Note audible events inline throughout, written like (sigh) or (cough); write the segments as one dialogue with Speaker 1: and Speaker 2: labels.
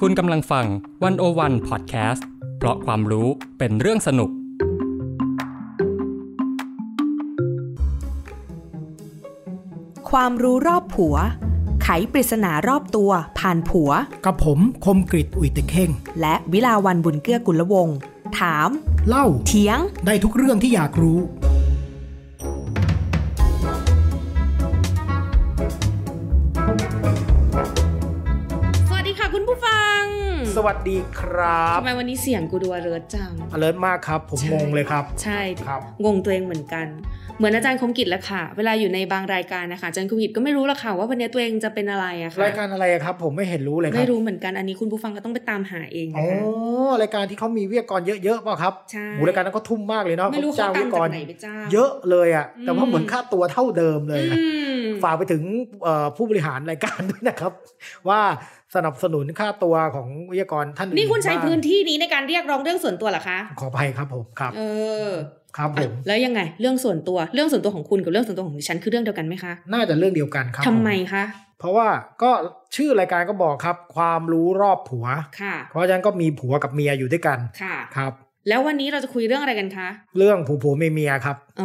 Speaker 1: คุณกำลังฟังวันโอวันพอดแคสต์เพราะความรู้เป็นเรื่องสนุก
Speaker 2: ความรู้รอบผัว ไขปริศนารอบตัวผ่านผัว
Speaker 3: กับผมคมกริตอุ่ยตะเข่ง
Speaker 2: และวิลาวันบุญเกื้อกุลวงศ์ถาม
Speaker 3: เล่า
Speaker 2: เถียง
Speaker 3: ได้ทุกเรื่องที่อยากรู้
Speaker 4: สวัสดีค่ะคุณผู้ฟัง
Speaker 3: สวัสดีครับ
Speaker 4: ทำไมวันนี้เสียงกูดูอเลิร์จัง
Speaker 3: อเลิร์มากครับ ผม
Speaker 4: ใช่
Speaker 3: งงเลยครับ
Speaker 4: ใช่
Speaker 3: ครับ
Speaker 4: งงตัวเองเหมือนกัน เหมือนอาจารย์คมกิจแหล้วค่ะ เวลาอยู่ในบางรายการนะคะอาจารย์คมกิจก็ไม่รู้ละค่ะว่าวันนี้ตัวเองจะเป็นอะไรอะค่ะ
Speaker 3: รายการอะไรอะครับ ผมไม่เห็นรู้เลยครับ
Speaker 4: ไม่รู้เหมือนกันอันนี้คุณผู้ฟังก็ต้องไปตามหาเอง
Speaker 3: อ๋อ
Speaker 4: นะคะ
Speaker 3: รายการที่เขามีวิทยากรเยอะๆเปล่ะครับ
Speaker 4: ใช่
Speaker 3: โหรายการนั้นก็ทุ่มมากเลยเนาะ
Speaker 4: ไม่รู้
Speaker 3: จ้าง
Speaker 4: เขาตั
Speaker 3: วิท
Speaker 4: ง
Speaker 3: ยาก
Speaker 4: ค์จาก
Speaker 3: ร
Speaker 4: ไหนไปจ้าง
Speaker 3: เยอะเลยอะแต่ว่า
Speaker 4: อืม
Speaker 3: เหมือนค่าตัวเท่าเดิมเลยนะ
Speaker 4: อืม
Speaker 3: ฝากไปถึงเอ่อผู้บริหารรายการด้วยนะครับ ว่าสนับสนุนค่าตัวของวิทยากรท่านอื่
Speaker 4: นี่คุณใช้พื้น
Speaker 3: บ้
Speaker 4: ที่นี้ในการเรียกร้องเรื่องส่วนตัวเหรอคะ
Speaker 3: างขออภัยครับผมครับ
Speaker 4: เออ
Speaker 3: ครับผม
Speaker 4: อ่ะแล้วยังไง เรื่องส่วนตัวเรื่องส่วนตัวของคุณกับเรื่องส่วนตัวของดิฉันคือเรื่องเดียวกันไหมคะ
Speaker 3: น่าจะเรื่องเดียวกันครับ
Speaker 4: ทำ
Speaker 3: ผ
Speaker 4: ไมคะ
Speaker 3: เพราะว่าก็ชื่อรายการก็บอกครับ ความรู้รอบผัว
Speaker 4: ค่ะ
Speaker 3: เพราะฉะนั้นก็มีผัวกับเมียอยู่ด้วยกัน
Speaker 4: ค่ะ
Speaker 3: ครับ
Speaker 4: แล้ววันนี้เราจะคุยเรื่องอะไรกันคะ
Speaker 3: เรื่องผัวผัวเมียเมียครับ
Speaker 4: เอ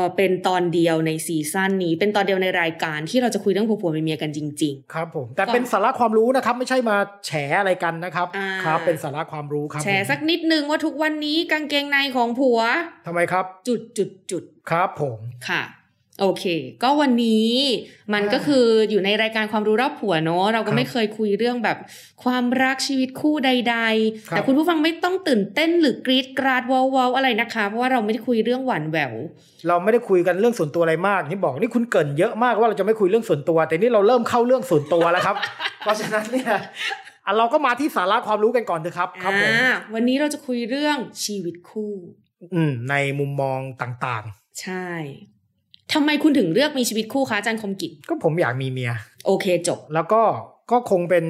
Speaker 4: อเป็นตอนเดียวในซีซั่นนี้ เป็นตอนเดียวในรายการที่เราจะคุยเรื่องผัวผัวเมียๆกันจริง
Speaker 3: ครับผมแต่
Speaker 4: ก่อน
Speaker 3: เป็นสาระความรู้นะครับ ไม่ใช่มาแฉอะไรกันนะครับ
Speaker 4: อ่า
Speaker 3: ครับ เป็นสาระความรู้ครับ
Speaker 4: ๆ แชร์สักนิดนึงว่าทุกวันนี้กางเกงในของผัว
Speaker 3: ทำไมครับ
Speaker 4: จุดจุดจุด
Speaker 3: ครับผม
Speaker 4: ค่ะ โอเค ก็วันนี้มันก็คืออยู่ในรายการความรู้รอบผัวเนาะเราก็ไม่เคยคุยเรื่องแบบความรักชีวิตคู่ใด ๆ แต่คุณผู้ฟังไม่ต้องตื่นเต้นหรือกรีดกราดว้าวๆอะไรนะคะ เพราะว่าเราไม่ได้คุยเรื่องหวานแหวว
Speaker 3: เราไม่ได้คุยกันเรื่องส่วนตัวอะไรมากนี่บอกนี่คุณเกรินเยอะมากว่าเราจะไม่คุยเรื่องส่วนตัว แต่นี่เราเริ่มเข้าเรื่องส่วนตัว
Speaker 4: (laughs)
Speaker 3: แล้วครับ เพราะฉะนั้นเนี่ยอ่ะเราก็มาที่สาระความรู้กันก่อนเถอะครับครับผม
Speaker 4: อ่า วันนี้เราจะคุยเรื่องชีวิตคู่
Speaker 3: อืมในมุมมองต่าง
Speaker 4: ใช่ ทำไมคุณถึงเลือกมีชีวิตคู่คะอาจารย์คมกิจ
Speaker 3: ๆ ก็ผมอยากมีเมีย
Speaker 4: โอเคจบ
Speaker 3: แล้วก็ก็คงเป็น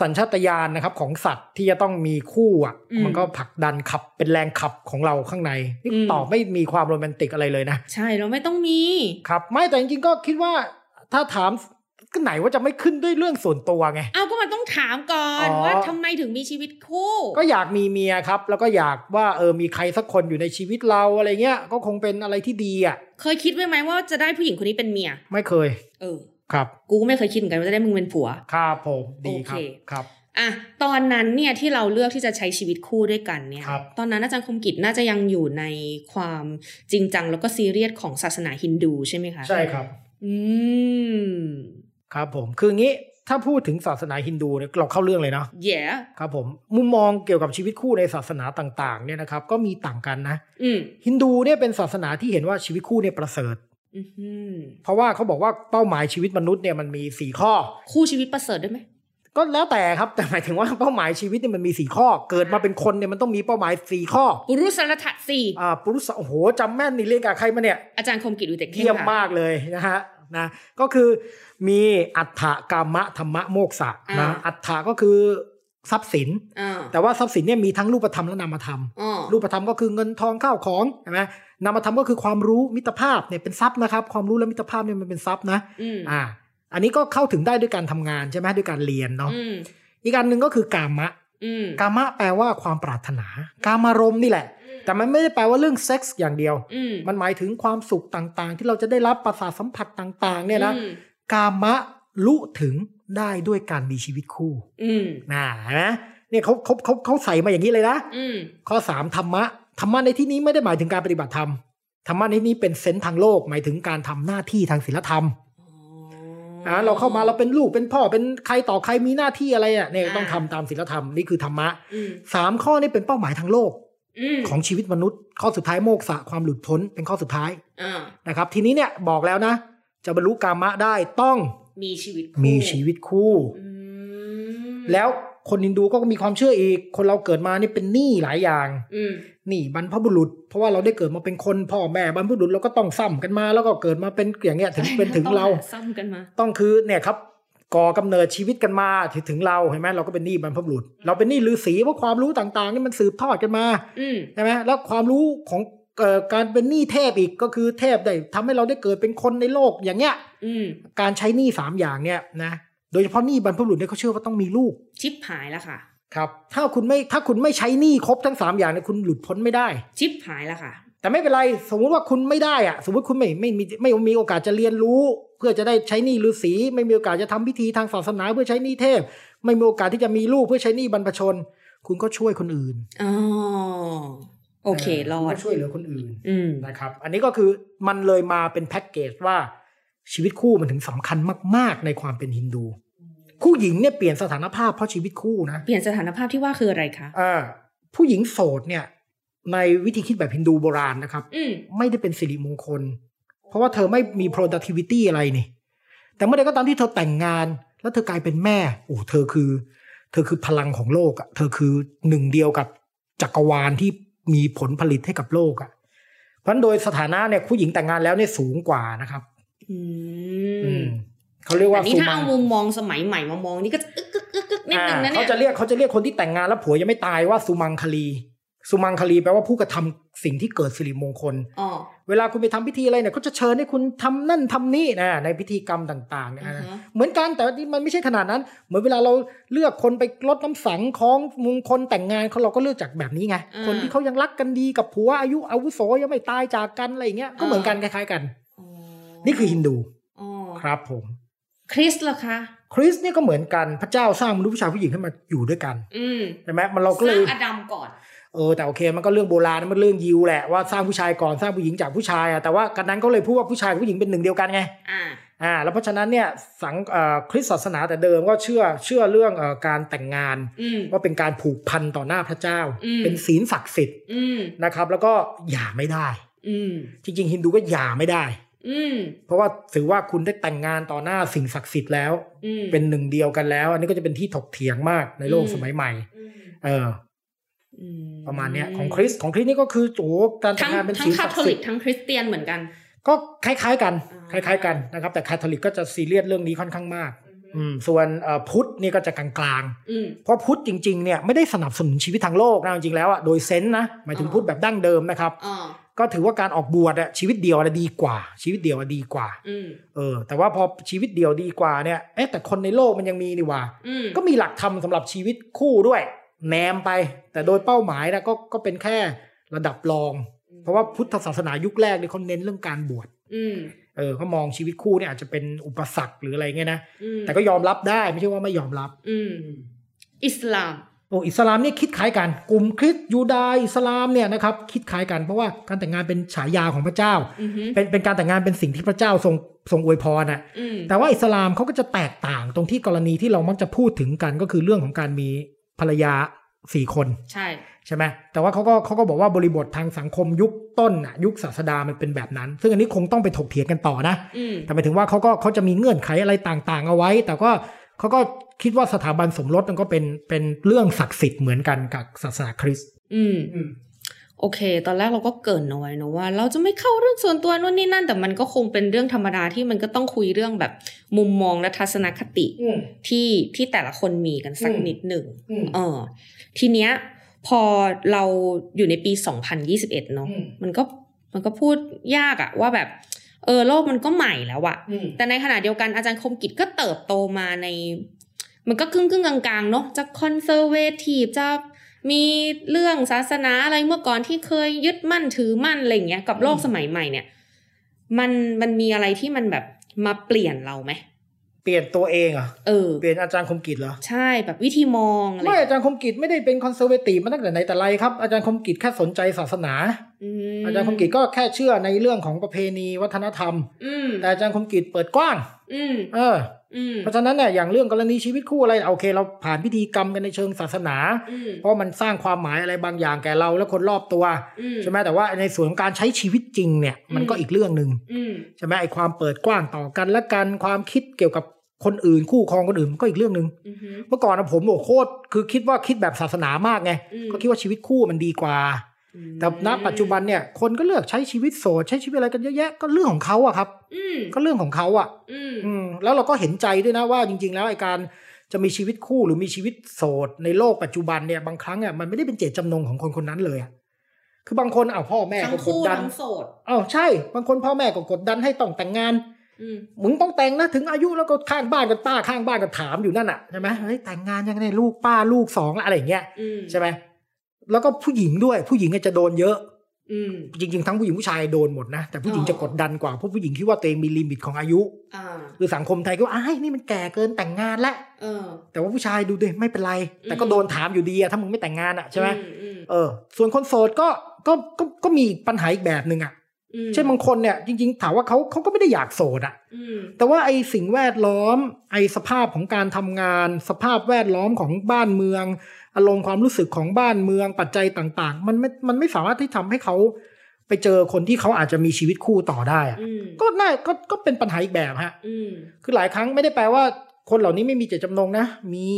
Speaker 3: สัญชาตญาณนะครับของสัตว์ที่จะต้องมีคู่อ่ะ
Speaker 4: อืม
Speaker 3: มันก็ผลักดันขับเป็นแรงขับของเราข้างในนี่
Speaker 4: อืม
Speaker 3: ตอบไม่มีความโรแมนติกอะไรเลยนะ
Speaker 4: ใช่เราไม่ต้องมี
Speaker 3: ครับ ไม่แต่จริงๆก็คิดว่าถ้าถามก็ไหนว่าจะไม่ขึ้นด้วยเรื่องส่วนตัวไง
Speaker 4: เอาก็มันต้องถามก่อน
Speaker 3: อ๋อ
Speaker 4: ว่าทำไมถึงมีชีวิตคู่
Speaker 3: ก็อยากมีเมียครับ แล้วก็อยากว่าเออมีใครสักคนอยู่ในชีวิตเราอะไรเงี้ย ก็คงเป็นอะไรที่ดีอ่ะ
Speaker 4: เคยคิดไว้ไหมว่าจะได้ผู้หญิงคนนี้เป็นเมีย
Speaker 3: ไม่เคย
Speaker 4: เออ
Speaker 3: ครับ
Speaker 4: กูก็ไม่เคยคิดเหมือนกันว่าจะได้มึงเป็นผัว
Speaker 3: ครับผมดีครับ
Speaker 4: โอเค
Speaker 3: ครับ
Speaker 4: อ่ะ ตอนนั้นเนี่ยที่เราเลือกที่จะใช้ชีวิตคู่ด้วยกันเนี่ย
Speaker 3: ครับ
Speaker 4: ตอนนั้นอาจารย์คมกิจน่าจะยังอยู่ในความจริงจังแล้วก็ซีเรียสของศาสนาฮินดูใช่ไหมคะ
Speaker 3: ใช่ครับ
Speaker 4: อืม
Speaker 3: ครับผมคืองี้ถ้าพูดถึงศาสนาฮินดูเนี่ยเราเข้าเรื่องเลยเนาะ
Speaker 4: yeah
Speaker 3: ครับผมมุมมองเกี่ยวกับชีวิตคู่ในศาสนาต่างๆเนี่ยนะครับก็มีต่างกันนะ
Speaker 4: อืม
Speaker 3: ฮินดูเนี่ยเป็นศาสนาที่เห็นว่าชีวิตคู่เนี่ยประเสริฐ
Speaker 4: อืม
Speaker 3: เพราะว่าเขาบอกว่าเป้าหมายชีวิตมนุษย์เนี่ยมันมีสี่ข้อ
Speaker 4: คู่ชีวิตประเสริฐด้วยไหม
Speaker 3: ก็แล้วแต่ครับแต่หมายถึงว่าเป้าหมายชีวิตเนี่ยมันมีสี่ข้อ เกิดมาเป็นคนเนี่ยมันต้องมีเป้าหมายสี่ข้อ
Speaker 4: ปุรุสารถะสี่
Speaker 3: อ่าปุรุษโอ้โหจำแม่นนี่เรียนกับใครมาเนี่ย
Speaker 4: อาจารย์คมกิจอุเตกเข่ง
Speaker 3: เยี่ยม
Speaker 4: ค่ะ
Speaker 3: มากเลยนะฮะนะก็คือมีอัฏฐกามะธรรมะโมกษะนะอัฏฐก็คือทรัพย์สิน
Speaker 4: อ่า
Speaker 3: แต่ว่าทรัพย์สินเนี่ยมีทั้งรูปธรรมและนามธรรม
Speaker 4: อ๋อ
Speaker 3: รูปธรรมก็คือเงินทองข้าวของใช่ไหมนามธรรมก็คือความรู้มิตรภาพเนี่ยเป็นทรัพย์นะครับ ความรู้และมิตรภาพเนี่ยมันเป็นทรัพย์นะ
Speaker 4: อืม
Speaker 3: อ่า อันนี้ก็เข้าถึงได้ด้วยการทำงานใช่ไหมด้วยการเรียนเนาะ
Speaker 4: อืม
Speaker 3: อีกอันหนึ่งก็คือกามะ
Speaker 4: อืม
Speaker 3: กามะแปลว่าความปรารถนา กามารมณ์นี่แหละ แต่มันไม่ได้แปลว่าเรื่องเซ็กส์อย่างเดียว
Speaker 4: อืม
Speaker 3: มันหมายถึงความสุขต่างๆ ที่เราจะได้รับประสาทสัมผัสต่างๆเนี่ยนะ
Speaker 4: อืม
Speaker 3: กามะลุถึงได้ด้วยการมีชีวิตคู่
Speaker 4: อืม
Speaker 3: นะเห็นะเนี่ยเขาเขาเขาเขาใส่มาอย่างนี้เลยนะ
Speaker 4: อืม
Speaker 3: ข้อ 3 ธรรมะ ธรรมะในที่นี้ไม่ได้หมายถึงการปฏิบัติธรรม ธรรมะในที่นี้เป็นเซนส์ทางโลก หมายถึงการทำหน้าที่ทางศีลธรรมอ่าเราเข้ามาเราเป็นลูกเป็นพ่อเป็นใครต่อใครมีหน้าที่อะไรอ่ะเนี่ยต้องทำตามศีลธรรมนี่คือธรรมะ
Speaker 4: อืม
Speaker 3: สามข้อนี่เป็นเป้าหมายทางโลก
Speaker 4: อืม
Speaker 3: ของชีวิตมนุษย์ ข้อสุดท้ายโมกษะความหลุดพ้นเป็นข้อสุดท้าย
Speaker 4: อ่า
Speaker 3: นะครับ ทีนี้เนี่ยบอกแล้วนะ จะบรรลุกามะได้ต้อง
Speaker 4: มีชีวิตคู่
Speaker 3: มีชีวิตคู่
Speaker 4: อืม
Speaker 3: แล้วคนฮินดูก็มีความเชื่ออีก คนเราเกิดมานี่เป็นหนี้หลายอย่าง
Speaker 4: อืม
Speaker 3: นี่บรรพบุรุษ เพราะว่าเราได้เกิดมาเป็นคนพ่อแม่บรรพบุรุษเราก็ต้องซ้ำกันมา แล้วก็เกิดมาเป็นอย่างเงี้ยถึงเป็นถึงเรา
Speaker 4: ต้องหซ้ำกันมา
Speaker 3: ต้องคือเนี่ยครับก่อกำเนิดชีวิตกันมาถึงถึงเราเห็นไหมเราก็เป็นหนี้บรรพบุรุษ เราเป็นหนี้ฤาษีเพราะความรู้ต่างๆนี่มันสืบทอดกันมา
Speaker 4: อืม
Speaker 3: ใช่ไหมแล้วความรู้ของเอ่อการเป็นหนี้เทพอีกก็คือเทพได้ทำให้เราได้เกิดเป็นคนในโลกอย่างเงี้ย
Speaker 4: อืม
Speaker 3: การใช้หนี้สามอย่างเนี่ยนะ โดยเฉพาะหนี้บรรพบุรุษเนี่ยเขาเชื่อว่าต้องมีลูก
Speaker 4: ชิปหายแล้วค่ะ
Speaker 3: ครับ ถ้าคุณไม่ถ้าคุณไม่ใช้หนี้ครบทั้งสามอย่างเนี่ยคุณหลุดพ้นไม่ได้
Speaker 4: ชิปหายแล้วค่ะ
Speaker 3: แต่ไม่เป็นไรสมมุติว่าคุณไม่ได้อะสมมติคุณไม่ไม่มีไม่มีโอกาสจะเรียนรู้ เพื่อจะได้ใช้หนี้ฤาษีไม่มีโอกาสจะทำพิธีทางศาสนาเพื่อใช้หนี้เทพ ไม่มีโอกาสที่จะมีลูกเพื่อใช้หนี้บรรพชน คุณก็ช่วยคนอื่น
Speaker 4: อ๋อ โอเครอ
Speaker 3: คุณ
Speaker 4: ด
Speaker 3: ก็ช่วยเหลือคนอื่น
Speaker 4: อืม
Speaker 3: นะครับ อันนี้ก็คือมันเลยมาเป็นแพ็กเกจว่าชีวิตคู่มันถึงสำคัญมาก ๆ ในความเป็นฮินดูผู้หญิงเนี่ยเปลี่ยนสถานภาพเพราะชีวิตคู่นะ
Speaker 4: เปลี่ยนสถานภาพที่ว่าคืออะไรคะ
Speaker 3: อ่าผู้หญิงโสดเนี่ย ในวิธีคิดแบบฮินดูโบราณนะครับ
Speaker 4: อืม
Speaker 3: ไม่ได้เป็นสิริมงคล เพราะว่าเธอไม่มี productivity อะไรนี่ แต่เมื่อใดก็ตามที่เธอแต่งงาน แล้วเธอกลายเป็นแม่โอ้เธอคือ เธอคือพลังของโลกอะ่ะ เธอคือหนึ่งเดียวกับจักรวาลที่มีผลผลิตให้กับโลกอะ่ะ เพราะฉะนั้นโดยสถานะเนี่ยผู้หญิงแต่งงานแล้วเนี่ยสูงกว่านะครับ
Speaker 4: อื
Speaker 3: อื
Speaker 4: ม
Speaker 3: มเขาเรียก
Speaker 4: แต่
Speaker 3: ว่า
Speaker 4: นี่ถ้า
Speaker 3: มั
Speaker 4: เอามุมมองสมัยใหม่มามองนี่ก็จะอึกอึกอึกอึกนิดนึงนะ
Speaker 3: อ่า
Speaker 4: เนี่
Speaker 3: เขา
Speaker 4: ย
Speaker 3: จะเรียกเขาจะเรียกคนที่แต่งงานแล้วผัวยังไม่ตายว่าสุมังคลี สุมังคลีแปลว่าผู้กระทำสิ่งที่เกิดสิริมงคล
Speaker 4: อ๋อ
Speaker 3: เวลาคุณไปทำพิธีอะไรเนี่ยเขาจะเชิญให้คุณทำนั่นทำนี่นะในพิธีกรรมต่างๆเนี่ย
Speaker 4: อือฮะ
Speaker 3: นะเหมือนกันแต่ว่านี่มันไม่ใช่ขนาดนั้น เหมือนเวลาเราเลือกคนไปลดน้ำสังของมงคลแต่งงานเขาเราก็เลือกจากแบบนี้ไง
Speaker 4: อ่า
Speaker 3: คนที่เขายังรักกันดีกับผัวอายุอาวุโสยังไม่ตายจากกันอะไรอย่างเงี้ยก็เหมือนกันคล้ายๆกัน
Speaker 4: อ๋อ
Speaker 3: นี่คือฮินดู
Speaker 4: อ๋อ
Speaker 3: ครับผม
Speaker 4: คริสต์เหรอคะ
Speaker 3: คริสต์เนี่ยก็เหมือนกันพระเจ้าสร้างมนุษย์ผู้ชายผู้หญิงให้มาอยู่ด้วยกัน
Speaker 4: อืม
Speaker 3: ใช่ไหมมันเราก็
Speaker 4: ส
Speaker 3: เล
Speaker 4: ร้าย งอดัมก่อน
Speaker 3: เออแต่โอเคมันก็เรื่องโบราณนะมันเรื่องยิวแหละว่าสร้างผู้ชายก่อนสร้างผู้หญิงจากผู้ชายอะแต่ว่ากันนั้นก็เลยพูดว่าผู้ชายกับผู้หญิงเป็นหนึ่งเดียวกันไง
Speaker 4: อ่า
Speaker 3: อ่าแล้วเพราะฉะนั้นเนี่ยสังเอ่อคริสตศาสนาแต่เดิมก็เชื่อเชื่อเรื่องเอ่อการแต่งงาน
Speaker 4: อืม
Speaker 3: ว่าเป็นการผูกพันต่อหน้าพระเจ้า
Speaker 4: อืม
Speaker 3: เป็นศีลศักดิ์สิทธิ์
Speaker 4: อืม
Speaker 3: นะครับ แล้วก็หย่าไม่ได้
Speaker 4: อืม
Speaker 3: จริงๆฮินดูก็หย่าไม่ได้
Speaker 4: อืม
Speaker 3: เพราะว่าถือว่าคุณได้แต่งงานต่อหน้าสิ่งศักดิ์สิทธิ์แล้ว
Speaker 4: อืม
Speaker 3: เป็นหนึ่งเดียวกันแล้ว อันนี้ก็จะเป็นที่ถกเถียงมากในโลก
Speaker 4: อืม
Speaker 3: สมัยใหม่
Speaker 4: อืม
Speaker 3: เออ
Speaker 4: อื
Speaker 3: ประมาณเนี้ยของคริสต์ของคริสต์นี่ก็คือโอ้โหการแต่
Speaker 4: ทั้
Speaker 3: ง
Speaker 4: ง
Speaker 3: งานเป็น
Speaker 4: ทั้ง
Speaker 3: ศีล
Speaker 4: คา
Speaker 3: ศัก
Speaker 4: ทอ
Speaker 3: ดิ์สิ
Speaker 4: ลิ
Speaker 3: ท
Speaker 4: ก
Speaker 3: ธิ์
Speaker 4: ทั้งคริสเตียนเหมือนกัน
Speaker 3: ก็คล้ายๆกันค
Speaker 4: อ่า
Speaker 3: ล้าย ๆ กันนะครับ แต่คาทอลิกก็จะซีเรียสเรื่องนี้ค่อนข้างมาก อืมส่วนเอ่อพุทธนี่ก็จะกลางๆ
Speaker 4: อืม
Speaker 3: เพราะพุทธจริงๆเนี่ยไม่ได้สนับสนุนชีวิตทางโลกนะจริงๆแล้วอะโดยเซนส์นะหมายถึง
Speaker 4: อ๋อ
Speaker 3: พุทธแบบดั้งเดิมนะครับ
Speaker 4: อ๋อ
Speaker 3: ก็ถือว่าการออกบวชอะชีวิตเดียวอะดีกว่า ชีวิตเดียวอะดีกว่า
Speaker 4: อืม
Speaker 3: เออแต่ว่าพอชีวิตเดียวดีกว่าเนี่ยเอ๊ะแต่คนในโลกมันยังมีนี่หว่า
Speaker 4: อืม
Speaker 3: ก็มีหลักธรรมสำหรับชีวิตคู่ด้วยแนมไป แต่โดยเป้าหมายนะก็ก็เป็นแค่ระดับรอง เพราะว่าพุทธศาสนายุคแรกเนี่ยเขาเน้นเรื่องการบวช
Speaker 4: อืม
Speaker 3: เออเขามองชีวิตคู่เนี่ยอาจจะเป็นอุปสรรคหรืออะไรเงี้ยนะ
Speaker 4: อืม
Speaker 3: แต่ก็ยอมรับได้ไม่ใช่ว่าไม่ยอมรับ
Speaker 4: อืม อิสลาม
Speaker 3: โอ้อิสลามเนี่ยคิดคล้ายกัน กลุ่มคริสต์ยูดาห์อิสลามเนี่ยนะครับคิดคล้ายกันเพราะว่าการแต่งงานเป็นฉายาของพระเจ้า
Speaker 4: อือฮึ
Speaker 3: เป็นเป็นการแต่งงานเป็นสิ่งที่พระเจ้าทรงทรงอวยพรนะ
Speaker 4: อืม
Speaker 3: แต่ว่าอิสลามเขาก็จะแตกต่างตรงที่กรณีที่เรามักจะพูดถึงกันก็คือเรื่องของการมีภรรยาสี่คน
Speaker 4: ใช่
Speaker 3: ใช่ไหมแต่ว่าเขาก็เขาก็บอกว่าบริบททางสังคมยุคต้นน่ะยุคศาสดามันเป็นแบบนั้น ซึ่งอันนี้คงต้องไปถกเถียงกันต่อนะ
Speaker 4: อืม
Speaker 3: แต่หมายถึงว่าเขาก็เขาจะมีเงื่อนไขอะไรต่างๆ เอาไว้ แต่ก็เขาก็คิดว่าสถาบันสมรสมันก็เป็นเป็นเรื่องศักดิ์สิทธิ์เหมือนกันกับศาสนาคริสต์
Speaker 4: อืม โอเค ตอนแรกเราก็เกรินเอาไว้นะว่า เราจะไม่เข้าเรื่องส่วนตัวนู่นนี่นั่น แต่มันก็คงเป็นเรื่องธรรมดาที่มันก็ต้องคุยเรื่องแบบมุมมองและทัศนคติ
Speaker 3: อืม
Speaker 4: ที่ที่แต่ละคนมีกันสัก
Speaker 3: อืม
Speaker 4: นิดหนึ่ง
Speaker 3: อืม
Speaker 4: เออ ทีเนี้ย พอเราอยู่ในปี 2021 เนอะ
Speaker 3: อืม
Speaker 4: มันก็มันก็พูดยากอะว่าแบบ เออ โลกมันก็ใหม่แล้วอะ
Speaker 3: อืม
Speaker 4: แต่ในขณะเดียวกันอาจารย์คมกิจก็เติบโตมาใน มันก็ครึ่งครึ่งๆกลางๆ เนอะจะคอนเซอร์เวทีฟจะมีเรื่องศาสนาอะไรเมื่อก่อนที่เคยยึดมั่นถือมั่นอะไรอย่างเงี้ยกับโลก
Speaker 3: อืม
Speaker 4: สมัยใหม่เนี่ย มันมันมีอะไรที่มันแบบมาเปลี่ยนเราไหม
Speaker 3: เปลี่ยนตัวเองเหรอ
Speaker 4: เออ
Speaker 3: เปลี่ยนอาจารย์คมกิจเหรอ
Speaker 4: ใช่แบบวิธีมองอะไร
Speaker 3: ไม่อาจารย์คมกิจไม่ได้เป็นคอนเซอร์เวทีฟมาตั้งแต่ไหนแต่ไรครับอาจารย์คมกิจแค่สนใจศาสนา
Speaker 4: ม
Speaker 3: อาจารย์คมกิจก็แค่เชื่อในเรื่องของประเพณีวัฒนธรรม
Speaker 4: อืม
Speaker 3: แต่อาจารย์คมกิจเปิดกว้าง
Speaker 4: อืม
Speaker 3: เออ
Speaker 4: อืม
Speaker 3: เพราะฉะนั้นเนี่ยอย่างเรื่องกรณีชีวิตคู่อะไรโอเค เราผ่านพิธีกรรมกันในเชิงศาสนา
Speaker 4: อืม
Speaker 3: เพราะมันสร้างความหมายอะไรบางอย่างแก่เราและคนรอบตัว
Speaker 4: อืม
Speaker 3: ใช่ไหมแต่ว่าในส่วนของการใช้ชีวิตจริงเนี่ย มันก็
Speaker 4: อืม
Speaker 3: อีกเรื่องหนึ่ง
Speaker 4: อืม
Speaker 3: ใช่ไหมไอ้ความเปิดกว้างต่อกันและกันความคิดเกี่ยวกับคนอื่นคู่ครองคนอื่นมันก็อีกเรื่องหนึ่ง
Speaker 4: อืม
Speaker 3: เมื่อก่อนนะผมโอ้โหโคตรคือคิดว่าคิดแบบศาสนามากไง
Speaker 4: อืม
Speaker 3: ก็คิดว่าชีวิตคู่มันดีกว่า แต่ณปัจจุบันเนี่ยคนก็เลือกใช้ชีวิตโสดใช้ชีวิตอะไรกันเยอะแยะก็เรื่องของเขาอะครับ
Speaker 4: อืม
Speaker 3: ก็เรื่องของเขาอะ
Speaker 4: อืม
Speaker 3: อืมแล้วเราก็เห็นใจด้วยนะว่าจริง ๆ แล้วไอ้การจะมีชีวิตคู่หรือมีชีวิตโสดในโลกปัจจุบันเนี่ยบางครั้งอะมันไม่ได้เป็นเจตจำนงของคนคนนั้นเลยอะคือบางคนเอาวพ่อแม่
Speaker 4: ทั้ง
Speaker 3: ก็กด
Speaker 4: คู่
Speaker 3: ดัน
Speaker 4: ทั้งโสด
Speaker 3: อ้าวใช่ บางคนพ่อแม่ก็กดดันให้ต้องแต่งงาน
Speaker 4: อืม
Speaker 3: มึงต้องแต่งนะถึงอายุแล้วก็ข้างบ้านก็ป้าข้างบ้านก็ถามอยู่นั่นน่ะใช่ไหมเฮ้ยแต่งงานยังไงลูกป้าลูกสองละอะไรอย่างเงี้ย
Speaker 4: อืม
Speaker 3: ใช่ไหมแล้วก็ผู้หญิงด้วยผู้หญิงเนี่ยจะโดนเยอะ
Speaker 4: อืม
Speaker 3: จริงๆ ทั้งผู้หญิงผู้ชายโดนหมดนะ แต่ผู้หญิง
Speaker 4: อ๋อ
Speaker 3: จะกดดันกว่าเพราะผู้หญิงคิดว่าตัวเองมีลิมิตของอายุ
Speaker 4: อ่า
Speaker 3: คือสังคมไทยก็ว่าอ้ายนี่มันแก่เกินแต่งงานแล้ว
Speaker 4: เออ
Speaker 3: แต่ว่าผู้ชายดูดิไม่เป็นไร แต่ก็
Speaker 4: อืม
Speaker 3: โดนถามอยู่ดีอะถ้ามึงไม่แต่งงานอะใช่ไหม
Speaker 4: อือืม
Speaker 3: เออ ส่วนคนโสดก็ก็ก็ก็มีปัญหาอีกแบบหนึ่งอะ
Speaker 4: อืม
Speaker 3: เช่นบางคนเนี่ยจริง ๆ ถามว่าเขาเขาก็ไม่ได้อยากโสดอะ
Speaker 4: อืม
Speaker 3: แต่ว่าไอสิ่งแวดล้อม ไอสภาพของการทำงาน สภาพแวดล้อมของบ้านเมือง อารมณ์ความรู้สึกของบ้านเมืองปัจจัยต่างๆ มันไม่มันไม่สามารถที่ทำให้เขาไปเจอคนที่เขาอาจจะมีชีวิตคู่ต่อได้อะ
Speaker 4: อืม
Speaker 3: ก็น่าก็ก็เป็นปัญหาอีกแบบฮะ
Speaker 4: อืม
Speaker 3: คือหลายครั้งไม่ได้แปลว่าคนเหล่านี้ไม่มีเจตจำนงนะ มี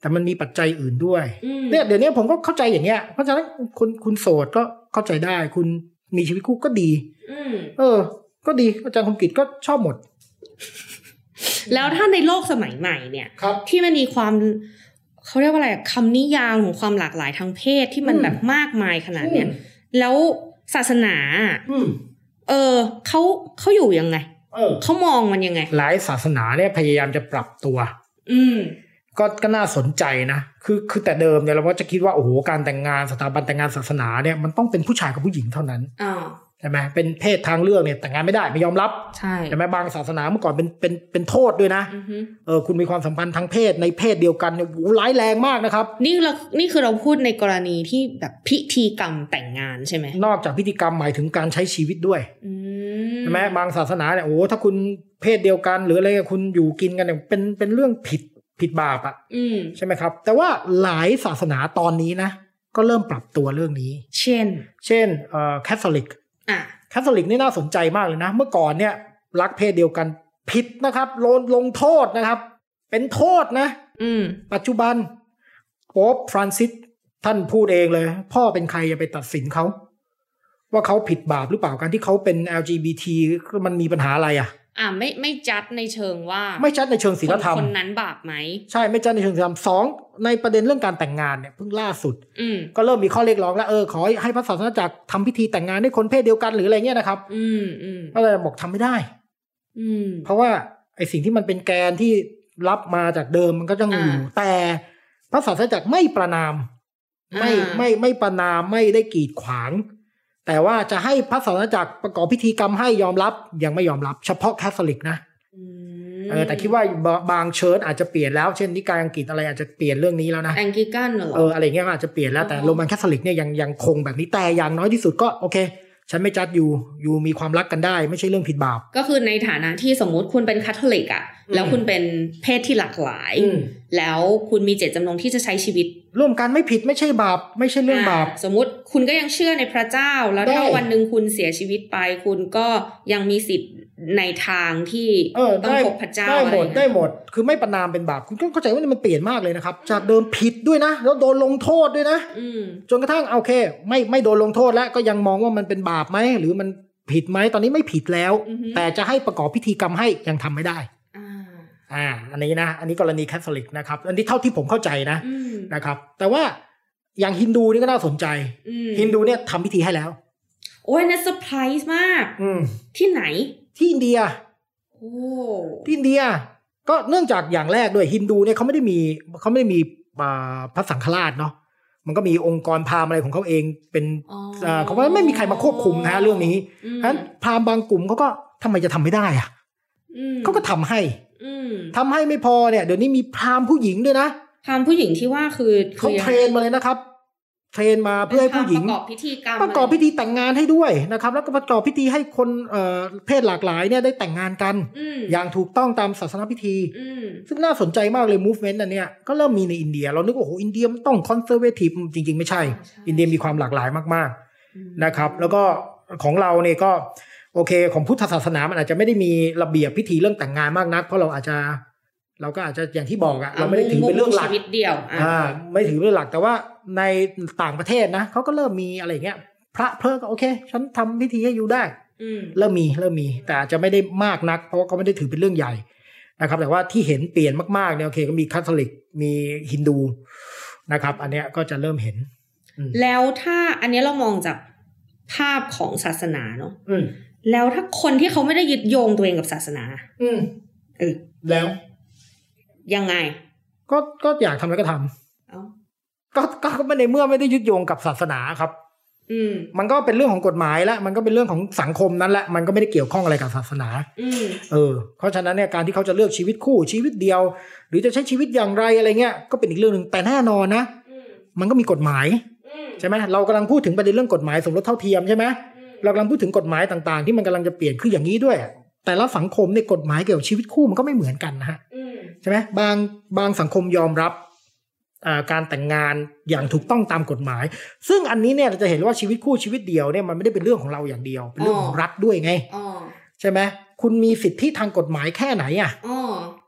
Speaker 3: แต่มันมีปัจจัยอื่นด้วย
Speaker 4: อืม
Speaker 3: เนี่ยเดี๋ยวนี้ผมก็เข้าใจอย่างเงี้ย เพราะฉะนั้นคุณคุณโสดก็เข้าใจได้ คุณมีชีวิตคู่ก็ดี
Speaker 4: อืม
Speaker 3: เออ ก็ดีอาจารย์คมกิจก็ชอบหมด
Speaker 4: แล้วถ้าในโลกสมัยใหม่เนี่ย
Speaker 3: ครับ
Speaker 4: ที่มันมีความเขาเรียกว่าอะไรอะคำนิยามของความหลากหลายทางเพศที่มัน
Speaker 3: อืม
Speaker 4: แบบมากมายขนาดเนี้ยแล้วศาสนา
Speaker 3: อืม
Speaker 4: เออเขาเขาอยู่ยังไง
Speaker 3: เออ
Speaker 4: เขามองมันยังไง
Speaker 3: หลายศาสนาเนี่ยพยายามจะปรับตัว
Speaker 4: อืม
Speaker 3: ก็ก็น่าสนใจนะคือคือแต่เดิมเนี่ยเราก็จะคิดว่าโอ้โหการแต่งงานสถาบันแต่งงานศาสนาเนี่ยมันต้องเป็นผู้ชายกับผู้หญิงเท่านั้น
Speaker 4: อ่า
Speaker 3: ใช่ไหมเป็นเพศทางเลือกเนี่ยแต่งงานไม่ได้ไม่ยอมรับ
Speaker 4: ใช่
Speaker 3: ใช่ไหมบางศาสนาเมื่อก่อนเป็นเป็นเป็นโทษด้วยนะ
Speaker 4: อือฮึ
Speaker 3: เออคุณมีความสัมพันธ์ทางเพศในเพศเดียวกันเนี่ยโอ้โหร้ายแรงมากนะครับ
Speaker 4: นี่เรา นี่คือเราพูดในกรณีที่แบบพิธีกรรมแต่งงานใช่ไหม
Speaker 3: นอกจากพิธีกรรมหมายถึงการใช้ชีวิตด้วย
Speaker 4: อื
Speaker 3: ใช่ไหมบางศาสนาเนี่ยโอ้โหถ้าคุณเพศเดียวกัน หรืออะไรคุณอยู่กินกันเนี่ยเป็นเป็นเรื่องผิดผิดบาปอะ
Speaker 4: อืม
Speaker 3: ใช่ไหมครับ แต่ว่าหลายศาสนาตอนนี้นะ ก็เริ่มปรับตัวเรื่องนี้
Speaker 4: เช่น
Speaker 3: เช่นเอ่อแคทอลิก
Speaker 4: อ่ะ
Speaker 3: แคทอลิกนี่น่าสนใจมากเลยนะ เมื่อก่อนเนี่ย รักเพศเดียวกันผิดนะครับ โลนลงโทษนะครับ เป็นโทษนะ
Speaker 4: อืม
Speaker 3: ปัจจุบันโป๊ปฟรานซิสท่านพูดเองเลย พ่อเป็นใครอย่าไปตัดสินเขา ว่าเขาผิดบาปหรือเปล่าการที่เขาเป็น LGBT มันมีปัญหาอะไรอะ่ะ
Speaker 4: อ่ะไม่ไม่จัดในเชิงว่า
Speaker 3: ไม่ชัดในเชิงศีลธรรม
Speaker 4: คนคนนั้นบาปไหม
Speaker 3: ใช่ไม่ชัดในเชิงศีลธรรมสองในประเด็นเรื่องการแต่งงานเนี่ยเพิ่งล่าสุด
Speaker 4: อืม
Speaker 3: ก็เริ่มมีข้อเรียกร้องแล้วเออขอให้พระศาสนาจักรทำพิธีแต่งงานด้วยคนเพศเดียวกันหรืออะไรเงี้ยนะครับ
Speaker 4: อืม อืม
Speaker 3: ก็เลยบอกทำไม่ได้
Speaker 4: อืม
Speaker 3: เพราะว่าไอสิ่งที่มันเป็นแกนที่รับมาจากเดิมมันก็ยังอยู่
Speaker 4: อ่า
Speaker 3: แต่พระศาสนาจักรไม่ประนาม ไม่
Speaker 4: อ่า
Speaker 3: ไม่ไม่ประนามไม่ได้กีดขวาง แต่ว่าจะให้พระศาสนาจักรประกอบพิธีกรรมให้ยอมรับยังไม่ยอมรับ เฉพาะแคทอลิกนะ
Speaker 4: อืม
Speaker 3: เออแต่คิดว่าบางเชิญอาจจะเปลี่ยนแล้วเช่นนิกายอังกฤษอะไรอาจจะเปลี่ยนเรื่องนี้แล้วนะ
Speaker 4: แองกิกันเหรอ
Speaker 3: เอออะไรเงี้ยก็อาจจะเปลี่ยนแล้วแต่
Speaker 4: อ๋อ
Speaker 3: โรมันแคทอลิกเนี่ยยังยังคงแบบนี้แต่อย่างน้อยที่สุดก็โอเค ฉันไม่จัดอยู่อยู่มีความรักกันได้ ไม่ใช่เรื่องผิดบาป
Speaker 4: ก็คือในฐานะที่สมมุติคุณเป็นคาทอลิกอะ
Speaker 3: อืม
Speaker 4: แล้วคุณเป็นเพศที่หลากหลาย แล้วคุณมีเจตจำนงที่จะใช้ชีวิต
Speaker 3: ร่วมกันไม่ผิดไม่ใช่บาป ไม่ใช่เรื่องบาป
Speaker 4: ะสมมติคุณก็ยังเชื่อในพระเจ้า แล้วถ้า
Speaker 3: ได้
Speaker 4: วันหนึ่งคุณเสียชีวิตไป คุณก็ยังมีสิทธิ์ในทางที่
Speaker 3: เออ
Speaker 4: ต้อง
Speaker 3: ได้
Speaker 4: พบพระเจ้า
Speaker 3: ได้
Speaker 4: อะ
Speaker 3: ห
Speaker 4: ร
Speaker 3: ม
Speaker 4: อ
Speaker 3: ด
Speaker 4: ย่าง
Speaker 3: ได้
Speaker 4: เงี้ย
Speaker 3: หมดคือไม่ประนามเป็นบาป คุณก็เข้าใจว่านี่มันเปลี่ยนมากเลยนะครับ จากเดิมผิดด้วยนะ แล้วโดนลงโทษด้วยนะ
Speaker 4: อืม
Speaker 3: จนกระทั่งโอเค ไม่ไม่โดนลงโทษแล้วก็ยังมองว่ามันเป็นบาปไหมหรือมันผิดไหมตอนนี้ไม่ผิดแล้ว
Speaker 4: อือฮึ
Speaker 3: แต่จะให้ประกอบพิธีกรรมให้ยังทำไม่ได้
Speaker 4: อ่า
Speaker 3: อ่า อันนี้นะ อันนี้กรณีแคทอลิกนะครับอันนี้เท่าที่ผมเข้าใจนะ
Speaker 4: อืม
Speaker 3: นะครับแต่ว่าอย่างฮินดูนี่ก็น่าสนใจ
Speaker 4: อืม
Speaker 3: ฮินดูเนี่ยทำพิธีให้แล้ว
Speaker 4: โอ้ยอันนั่นเซอร์ไพรส์มาก
Speaker 3: อืม
Speaker 4: ที่ไหน
Speaker 3: ที่อินเดีย
Speaker 4: โอ้
Speaker 3: ที่อินเดียก็เนื่องจากอย่างแรกด้วยฮินดูเนี่ยเขาไม่ได้มีเขาไม่ได้มีอ่าพระสังฆราชเนาะมันก็มีองค์กรพราหมณ์อะไรของเขาเองเป็น
Speaker 4: อ๋อ
Speaker 3: เอ่อเขาว่าไม่มีใครมาควบคุมนะฮะเรื่องนี้
Speaker 4: อืม
Speaker 3: ฉะนั้นพราหมณ์บางกลุ่มเขาก็ทำไมจะทำไม่ได้อะ
Speaker 4: อืม
Speaker 3: เขาก็ทำให้
Speaker 4: อืม
Speaker 3: ทำให้ไม่พอเนี่ยเดี๋ยวนี้มีพราหมณ์ผู้หญิงด้วยนะ
Speaker 4: ความผู้หญิงที่ว่าคือ
Speaker 3: เขาเทรนมาเลยนะครับเทรนมาเพื่อให้ผู้หญิง
Speaker 4: ประกอบพิธีกรรม
Speaker 3: ประกอบพิธีแต่งงานให้ด้วยนะครับ แล้วก็ประกอบพิธีให้คนเอ่อเพศหลากหลายเนี่ยได้แต่งงานกัน
Speaker 4: อืม
Speaker 3: อย่างถูกต้องตามศาสนพิธี
Speaker 4: อืม
Speaker 3: ซึ่งน่าสนใจมากเลย movement อันเนี้ยก็เริ่มมีในอินเดีย เรานึกว่าโอ้โหอินเดียมันต้อง conservative จริง ๆ ไม่ใช่
Speaker 4: ใช่ใช่
Speaker 3: อินเดียมีความหลากหลายมากๆนะครับ แล้วก็ของเราเนี่ยก็โอเคของพุทธศาสนามันอาจจะไม่ได้มีระเบียบพิธีเรื่องแต่งงานมากนัก เพราะเราอาจจะเราก็อาจจะอย่างที่บอกอะเราไม่ได้ถือเป็นเรื่องหลัก
Speaker 4: ชีวิตเดียวอ่ะ
Speaker 3: อ่าไม่ถือเป็นหลักแต่ว่าในต่างประเทศนะเขาก็เริ่มมีอะไรอย่างเงี้ย พระเพอก็โอเค ฉันทำพิธีให้อยู่ได้
Speaker 4: อืม
Speaker 3: เริ่มมีเริ่มมี แต่อาจจะไม่ได้มากนัก เพราะว่าเขาไม่ได้ถือเป็นเรื่องใหญ่นะครับ แต่ว่าที่เห็นเปลี่ยนมากๆเนี่ยโอเคก็มีคาทอลิกมีฮินดูนะครับ อันเนี้ยก็จะเริ่มเห็น
Speaker 4: แล้วถ้าอันเนี้ยเรามองจากภาพของศาสนาเนาะ
Speaker 3: อืม
Speaker 4: แล้วถ้าคนที่เขาไม่ได้ยึดโยงตัวเองกับศาสนา
Speaker 3: อืม
Speaker 4: เออ
Speaker 3: แล้ว
Speaker 4: ยังไง
Speaker 3: ก็ก็อยากทำอะไรก็ทำ
Speaker 4: เอ้า
Speaker 3: ก็ก็ก็ไม่ในเมื่อไม่ได้ยึดโยงกับศาสนาครับ
Speaker 4: อืม
Speaker 3: มันก็เป็นเรื่องของกฎหมายและมันก็เป็นเรื่องของสังคมนั้นแหละมันก็ไม่ได้เกี่ยวข้องอะไรกับศาสนา
Speaker 4: อืม
Speaker 3: เออเพราะฉะนั้นเนี่ยการที่เขาจะเลือกชีวิตคู่ชีวิตเดียว หรือจะใช้ชีวิตอย่างไรอะไรเงี้ยก็เป็นอีกเรื่องหนึ่งแต่แน่นอนนะมันก็มีกฎหมายใช่ไหมเรากำลังพูดถึงประเด็นเรื่องกฎหมายสมรสเท่าเทียมใช่ไหมเรากำลังพูดถึงกฎหมายต่างๆ ที่มันกำลังจะเปลี่ยนคืออย่างนี้ด้วย แต่ละสังคมในยกฎหมายเกี่ยวกับชีวิตคู่มันก็ไม่เหมือนกันนะฮะใช่ไหมบางบางสังคมยอมรับอ่าการแต่งงานอย่างถูกต้องตามกฎหมาย ซึ่งอันนี้เนี่ยเราจะเห็นว่าชีวิตคู่ชีวิตเดียวเนี่ยมันไม่ได้เป็นเรื่องของเราอย่างเดียวเป็นเรื่องของรัฐด้วยไง
Speaker 4: อ๋อ
Speaker 3: ใช่ไหมคุณมีสิทธิทางกฎหมายแค่ไหนอ่ะ
Speaker 4: อ๋อ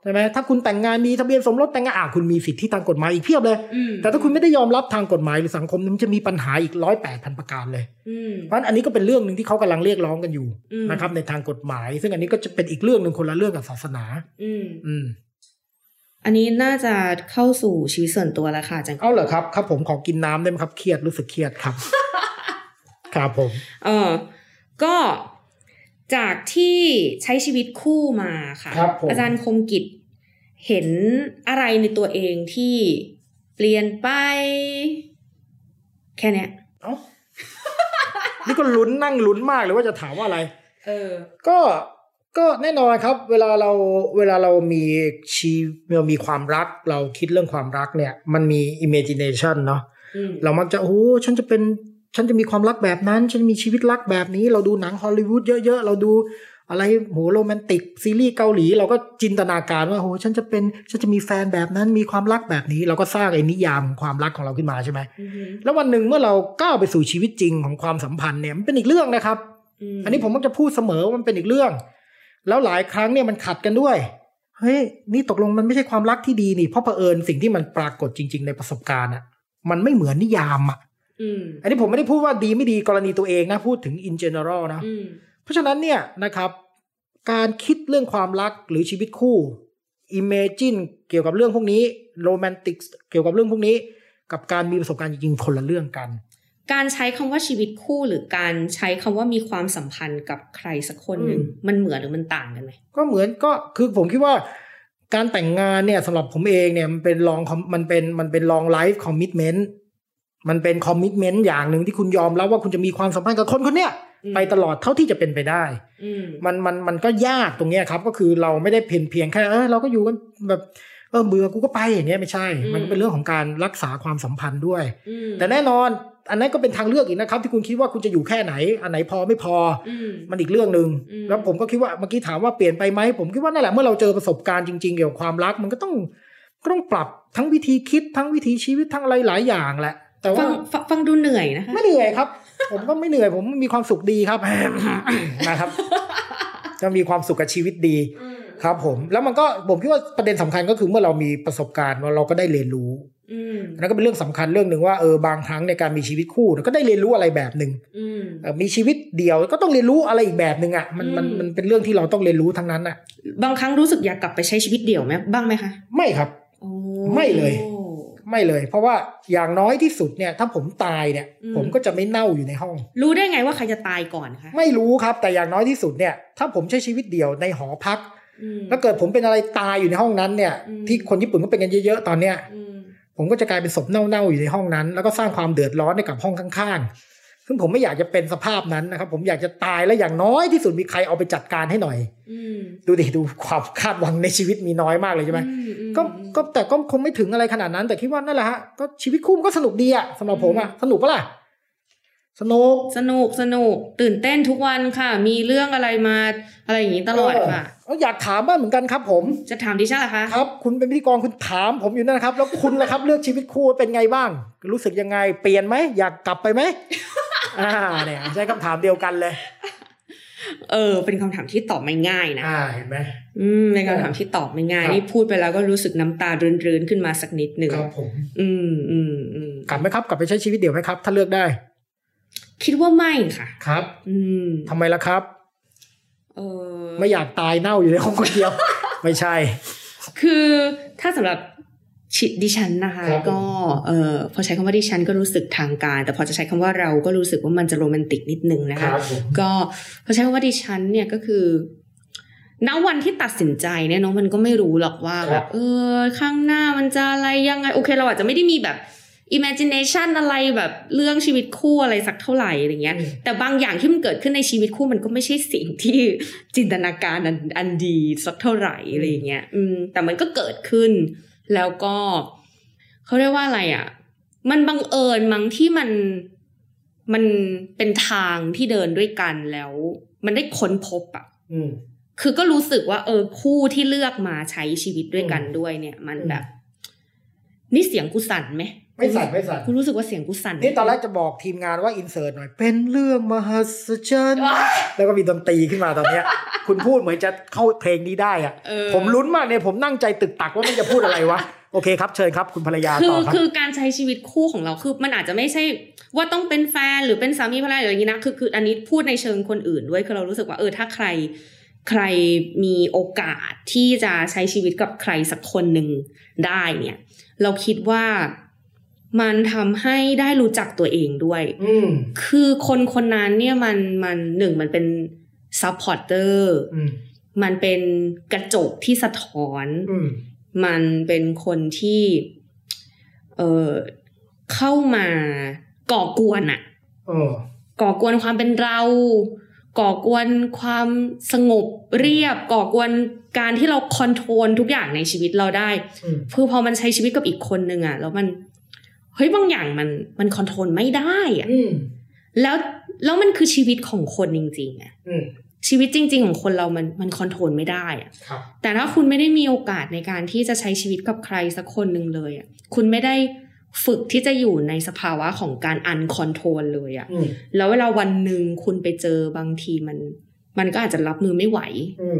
Speaker 3: ใช่ไหมถ้าคุณแต่งงานมีทะเบียนสมรสแต่งงานอ่ะคุณมีสิทธิทางกฎหมายอีกเพียบเลย
Speaker 4: อืม
Speaker 3: แต่ถ้าคุณไม่ได้ยอมรับทางกฎหมายหรือสังคมมันจะมีปัญหาอีกร้อยแปดพันประการเลย
Speaker 4: อืม
Speaker 3: เพราะฉะนั้นอันนี้ก็เป็นเรื่องหนึ่งที่เขากำลังเรียกร้องกันอยู่
Speaker 4: อืม
Speaker 3: นะครับในทางกฎหมาย ซึ่งอันนี้ก็จะเป็นอีกเรื่องหนึ่งคนละเรื่องกับศาสนา
Speaker 4: อืม
Speaker 3: อืม
Speaker 4: อันนี้น่าจะเข้าสู่ชีวิตส่วนตัวแล้วค่ะอาจัง
Speaker 3: เอาเหรอครับครับ ผมขอกินน้ำได้ไหมครับเครียดรู้สึกเครียดครับ (laughs) ครับผม
Speaker 4: เออ ก็จากที่ใช้ชีวิตคู่มาค่ะ
Speaker 3: ครับผม
Speaker 4: อาจารย์คมกิจเห็นอะไรในตัวเองที่เปลี่ยนไป แค่เนี้ย
Speaker 3: เอ้านี่ก็ลุ้นนั่งลุ้นมากเลยว่าจะถามว่าอะไร
Speaker 4: เออ
Speaker 3: ก็ก็แน่นอนครับ เวลาเราเวลาเรามีชีเรามีความรัก เราคิดเรื่องความรักเนี่ย มันมี imagination เนาะ
Speaker 4: อืม
Speaker 3: เรามักจะโอ้ฉันจะเป็นฉันจะมีความรักแบบนั้น ฉันมีชีวิตรักแบบนี้ เราดูหนังฮอลลีวูดเยอะๆ เราดูอะไรโหโรแมนติกซีรีส์เกาหลี เราก็จินตนาการว่าโหฉันจะเป็นฉันจะมีแฟนแบบนั้น มีความรักแบบนี้ เราก็สร้างไอ้นิยามความรักของเราขึ้นมาใช่ไหม
Speaker 4: อืม
Speaker 3: แล้ววันหนึ่งเมื่อเราก้าวไปสู่ชีวิตจริงของความสัมพันธ์เนี่ยมันเป็นอีกเรื่องนะครับ อันนี้ผมมักจะพูดเสมอว่ามันเป็นอีกเรื่อง แล้วหลายครั้งเนี่ยมันขัดกันด้วย เฮ้ย นี่ตกลงมันไม่ใช่ความรักที่ดีนี่ เพราะเผอิญสิ่งที่มันปรากฏจริง ๆ ในประสบการณ์อะมันไม่เหมือนนิยามอะ
Speaker 4: อืม
Speaker 3: อันนี้ผมไม่ได้พูดว่าดีไม่ดีกรณีตัวเองนะ พูดถึง in general นะ
Speaker 4: อืม
Speaker 3: เพราะฉะนั้นเนี่ยนะครับ การคิดเรื่องความรักหรือชีวิตคู่ imagine เกี่ยวกับเรื่องพวกนี้ romantic เกี่ยวกับเรื่องพวกนี้ กับการมีประสบการณ์จริงๆคนละเรื่องกัน
Speaker 4: การใช้คำว่าชีวิตคู่หรือการใช้คำว่ามีความสัมพันธ์กับใครสักคนหนึ่ง
Speaker 3: อืม
Speaker 4: มันเหมือนหรือมันต่างกันไหม
Speaker 3: ก็เหมือนก็คือผมคิดว่าการแต่งงานเนี่ยสำหรับผมเองเนี่ยมันเป็นลองมันเป็นมันเป็นลองไลฟ์คอมมิชเมนต์มันเป็นคอมมิชเมนต์อย่างหนึ่งที่คุณยอมรับว่าคุณจะมีความสัมพันธ์กับคนคนเนี้ยไปตลอดเท่าที่จะเป็นไปได้
Speaker 4: อืม
Speaker 3: มันมันมันก็ยากตรงเนี้ยครับ ก็คือเราไม่ได้เพียงเพียงแค่เออเราก็อยู่กันแบบเออเบื่อกูก็ไปอย่างเงี้ยไม่ใช่
Speaker 4: อืม
Speaker 3: มันก็เป็นเรื่องของการรักษาความสัมพันธ์ด้วย
Speaker 4: อืม
Speaker 3: แต่แน่นอน อันนั้นก็เป็นทางเลือกอีกนะครับ ที่คุณคิดว่าคุณจะอยู่แค่ไหน อันไหนพอไม่พอ
Speaker 4: อืม
Speaker 3: มันอีกเรื่องหนึ่ง
Speaker 4: อืม
Speaker 3: แล้วผมก็คิดว่าเมื่อกี้ถามว่าเปลี่ยนไปไหมผมคิดว่านั่นแหละเมื่อเราเจอประสบการณ์จริงๆเกี่ยวกับความรัก มันก็ต้องก็ต้องปรับทั้งวิธีคิดทั้งวิธีชีวิตทั้งอะไรหลายอย่างแหละ แต่
Speaker 4: ฟั
Speaker 3: ว่าง
Speaker 4: ฟังฟังดูเหนื่อยนะคะ
Speaker 3: ไม่เหนื่อยครับ ผมก็ไม่เหนื่อยผมมีความสุขดีครับ (laughs) นะครับจะมีความสุขกับชีวิตดีครับ ผม แล้วมันก็ผมคิดว่าประเด็นสำคัญก็คือเมื่อเรามีประสบการณ์เราก็ได้เรียนรู้
Speaker 4: อืม
Speaker 3: นั่นก็เป็นเรื่องสำคัญเรื่องหนึ่งว่าเออบางครั้งในการมีชีวิตคู่เนี่ยก็ได้เรียนรู้อะไรแบบหนึ่ง
Speaker 4: อืม
Speaker 3: เอ่อมีชีวิตเดียวก็ต้องเรียนรู้อะไรอีกแบบหนึ่งอะ่ะมันมัน
Speaker 4: อืม
Speaker 3: มันเป็นเรื่องที่เราต้องเรียนรู้ทั้งนั้นอ่ะ
Speaker 4: บางครั้งรู้สึกอยากกลับไปใช้ชีวิตเดี่ยวไหมบ้างไหมคะ
Speaker 3: ไม่ครับ
Speaker 4: โอ้
Speaker 3: ไม่เลย ไม่เลย เพราะว่าอย่างน้อยที่สุดเนี่ย ถ้าผมตายเนี่ย ผมก็จะไม่เน่าอยู่ในห้อง
Speaker 4: รู้ได้ไงว่าใครจะตายก่อนคะ
Speaker 3: ไม่รู้ครับ แต่อย่างน้อยที่สุดเนี่ย ถ้าผมใช้ชีวิตเดียวในหอพัก
Speaker 4: อืม
Speaker 3: แล้วเกิดผมเป็นอะไรตายอยู่ในห้องนั้นเนี่ย
Speaker 4: อืม
Speaker 3: ที่คนญี่ปุ่นก็เป็นกันเยอะๆตอนเนี้ย
Speaker 4: อืม
Speaker 3: ผมก็จะกลายเป็นศพเน่าๆอยู่ในห้องนั้น แล้วก็สร้างความเดือดร้อนให้กับห้องข้างๆ ซึ่งผมไม่อยากจะเป็นสภาพนั้นนะครับ ผมอยากจะตายแล้วอย่างน้อยที่สุดมีใครเอาไปจัดการให้หน่อย
Speaker 4: อืม
Speaker 3: ดูดิดูความคาดหวังในชีวิตมีน้อยมากเลยใช่ไหม
Speaker 4: อือื
Speaker 3: ก็ก็แต่ก็คงไม่ถึงอะไรขนาดนั้น แต่คิดว่านั่นแหละฮะก็ชีวิตคู่มันก็สนุกดีอะสำหรับผมอะสนุกปะล่ะสนุก
Speaker 4: สนุกสนุกตื่นเต้นทุกวันค่ะ มีเรื่องอะไรมาอะไรอย่างนี้ตลอดค่ะ
Speaker 3: เอออยากถามบ้างเหมือนกันครับ ผม
Speaker 4: จะถามดิฉันเหรอคะ
Speaker 3: ครับ คุณเป็นพิธีกรคุณถามผมอยู่นั่นนะครับ แล้วคุณนะครับ เลือกชีวิตคู่เป็นไงบ้าง รู้สึกยังไง เปลี่ยนไหมอยากกลับไป (laughs) ไหมอ่าเนี่ยใช้คำถามเดียวกันเลย
Speaker 4: เออ เป็นคำถามที่ตอบไม่ง่ายนะ
Speaker 3: อ่าเห็นไหม
Speaker 4: อืมเป็นคำถามที่ตอบไม่ง่าย
Speaker 3: ครับ
Speaker 4: นี่พูดไปแล้วก็รู้สึกน้ำตารื้นๆขึ้นมาสักนิดหนึ่ง
Speaker 3: ครับผม
Speaker 4: อืมอืมอืม
Speaker 3: กลับไหมครับกลับไปใช้ชีวิตเดี่ยวไหมครับ ถ้าเลือกได้
Speaker 4: คิดว่าไม่ค่ะ
Speaker 3: ครับ
Speaker 4: อืม
Speaker 3: ทำไมล่ะครับ
Speaker 4: เออ
Speaker 3: (laughs) ไม่อยากตายเน่าอยู่ในห้องคนเดียว ไม่ใช่
Speaker 4: คือถ้าสำหรับ ชิดิฉันนะคะ
Speaker 3: ครับ
Speaker 4: ก็เอ่อพอใช้คำว่าดิฉันก็รู้สึกทางการ แต่พอจะใช้คำว่าเราก็รู้สึกว่ามันจะโรแมนติกนิดนึงนะ
Speaker 3: ค
Speaker 4: คะ
Speaker 3: รับผม
Speaker 4: ก็พอใช้คำว่าดิฉันเนี่ยก็คือณวันที่ตัดสินใจเนี่ยเน้องมันก็ไม่รู้หรอกว่าแบบเออข้างหน้ามันจะอะไรยังไง โอเคเราอาจจะไม่ได้มีแบบ imagination อะไรแบบเรื่องชีวิตคู่อะไรสักเท่าไหร่อะไรเงี้ย แต่บางอย่างที่มันเกิดขึ้นในชีวิตคู่มันก็ไม่ใช่สิ่งที่จินตนาการอันอันดีสักเท่าไหร่อะไรอย่างเงี้ย อืม แต่มันก็เกิดขึ้น แล้วก็เขาเรียกว่าอะไรอ่ะ มันบังเอิญมั้งที่มันมันเป็นทางที่เดินด้วยกันแล้ว มันได้ค้นพบอ่ะ
Speaker 3: อืม
Speaker 4: คือก็รู้สึกว่า เออคู่ที่เลือกมาใช้ชีวิตด้วยกันด้วยเนี่ย มันแบบ นี่เสียงกูสั่นไหม
Speaker 3: ไม่สั่นไม่สั่น
Speaker 4: กูรู้สึกว่าเสียงกูสั่น
Speaker 3: นี่ตอนแรกจะบอกทีมงานว่าอินเสิร์ตหน่อย เป็นเรื่องมหัศจรรย์
Speaker 4: ว้าย
Speaker 3: แล้วก็มีดนตรีขึ้นมาตอนเนี้ย (laughs) คุณพูดเหมือนจะเข้าเพลงนี้ได้อะ
Speaker 4: เออ
Speaker 3: ผมลุ้นมากเนี่ยผมนั่งใจตึกตักว่ามันจะพูดอะไรวะ โอเคครับเชิญครับ คุณภรรยา
Speaker 4: คื
Speaker 3: ต่
Speaker 4: อ
Speaker 3: อครับ
Speaker 4: คือการใช้ชีวิตคู่ของเราคือมันอาจจะไม่ใช่ว่าต้องเป็นแฟนหรือเป็นสามีภรรยาอย่างนี้นะคือคืออันนี้พูดในเชิงคนอื่นด้วยคือเรารู้สึกว่าเออถ้าใครใครมีโอกาสที่จะใช้ชีวิตกับใครสักคนหนึ่งได้เนี่ย เราคิดว่ามันทำให้ได้รู้จักตัวเองด้วย
Speaker 3: อืม
Speaker 4: คือคนคนนั้นเนี่ยมันมันหนึ่งมันเป็นซัพพอร์เตอร์
Speaker 3: อืม
Speaker 4: มันเป็นกระจกที่สะท้อน
Speaker 3: อืม
Speaker 4: มันเป็นคนที่ เออเข้ามาก่อกวนอะ
Speaker 3: เออ
Speaker 4: ก่อกวนความเป็นเรา ก่อกวนความสงบเรียบ ก่อกวนการที่เราคอนโทรลทุกอย่างในชีวิตเราได้
Speaker 3: อืม
Speaker 4: คือพอมันใช้ชีวิตกับอีกคนนึงอะแล้วมันเฮ้ยบางอย่างมันมันคอนโทรลไม่ได้อะ
Speaker 3: อืม
Speaker 4: แล้วแล้วมันคือชีวิตของคนจริงๆอะ
Speaker 3: อืม
Speaker 4: ชีวิตจริง ๆ ของคนเรามันมันคอนโทรลไม่ได้อะ
Speaker 3: ครับ
Speaker 4: แต่ถ้าคุณไม่ได้มีโอกาสในการที่จะใช้ชีวิตกับใครสักคนหนึ่งเลยอ่ะ คุณไม่ได้ฝึกที่จะอยู่ในสภาวะของการอันคอนโทรลเลยอ่ะ
Speaker 3: อืม
Speaker 4: แล้วเวลาวันหนึ่งคุณไปเจอบางทีมัน มันก็อาจจะรับมือไม่ไหว
Speaker 3: อืม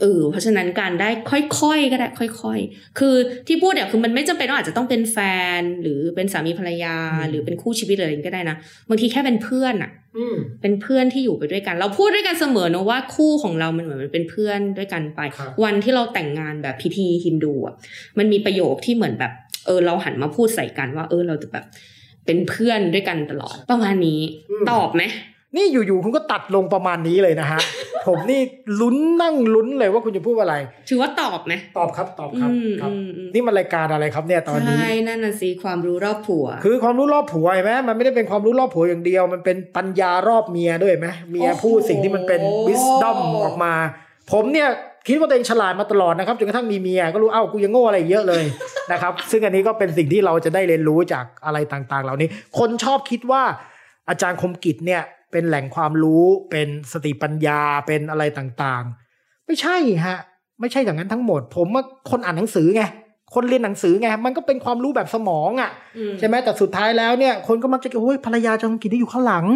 Speaker 4: เออ เพราะฉะนั้นการได้ค่อยๆก็ได้ค่อยๆ คือที่พูดเนี่ยคือมันไม่จำเป็นว่าอาจจะต้องเป็นแฟน หรือเป็นสามีภรรยาหรือเป็นคู่ชีวิตอะไรก็ได้นะ บางทีแค่เป็นเพื่อนอ่ะ
Speaker 3: อืม
Speaker 4: เป็นเพื่อนที่อยู่ไปด้วยกัน เราพูดด้วยกันเสมอเนอะว่าคู่ของเรา มันเหมือนมันเป็นเพื่อนด้วยกันไป
Speaker 3: ครับ
Speaker 4: วันที่เราแต่งงานแบบพิธีฮินดูอะมันมีประโยคที่เหมือนแบบ เออ เราหันมาพูดใส่กันว่า เออเราจะแบบเป็นเพื่อนด้วยกันตลอด ประมาณนี้ ตอบไหม
Speaker 3: นี่อยู่ๆคุณก็ตัดลงประมาณนี้เลยนะฮะ (laughs) ผมนี่ลุ้นนั่งลุ้นเลยว่าคุณจะพูดอะไร
Speaker 4: ถือว่าตอบไหม
Speaker 3: ตอบครับตอบค
Speaker 4: อื
Speaker 3: รับ
Speaker 4: ม
Speaker 3: ครั
Speaker 4: อืมอืม
Speaker 3: นี่มันรายการอะไรครับเนี่ยตอนนี้
Speaker 4: ใช่นั่นน่ะสิความรู้รอบผัว
Speaker 3: คือความรู้รอบผัวเห็นไหมมันไม่ได้เป็นความรู้รอบผัวอย่างเดียว มันเป็นปัญญารอบเมียด้วยเห็นไหมเมีย
Speaker 4: โอ้โห
Speaker 3: พูดสิ่งที่มันเป็นวิสดอมออกมา ผมเนี่ยคิดว่าตัวเองฉลาดมาตลอดนะครับจนกระทั่งมีเมียก็รู้เอ้ากูยังโง่อะไรอีกเยอะเลย (laughs) นะครับ ซึ่งอันนี้ก็เป็นสิ่งที่เราจะได้เรียนรู้จากอะไรต่างๆ เหล่านี้ คนชอบคิดว่า อาจารย์คมกิจเนี่ยเป็นแหล่งความรู้เป็นสติปัญญาเป็นอะไรต่างๆ ไม่ใช่ฮะ ไม่ใช่อย่างนั้นทั้งหมด ผมว่าคนอ่านหนังสือไงคนเรียนหนังสือไงมันก็เป็นความรู้แบบสมองอ่ะ
Speaker 4: อืม
Speaker 3: ใช่ไหมแต่สุดท้ายแล้วเนี่ยคนก็มักจะคิดว่าโอ้ยภรรยาจงกินที่อยู่ข้างหลัง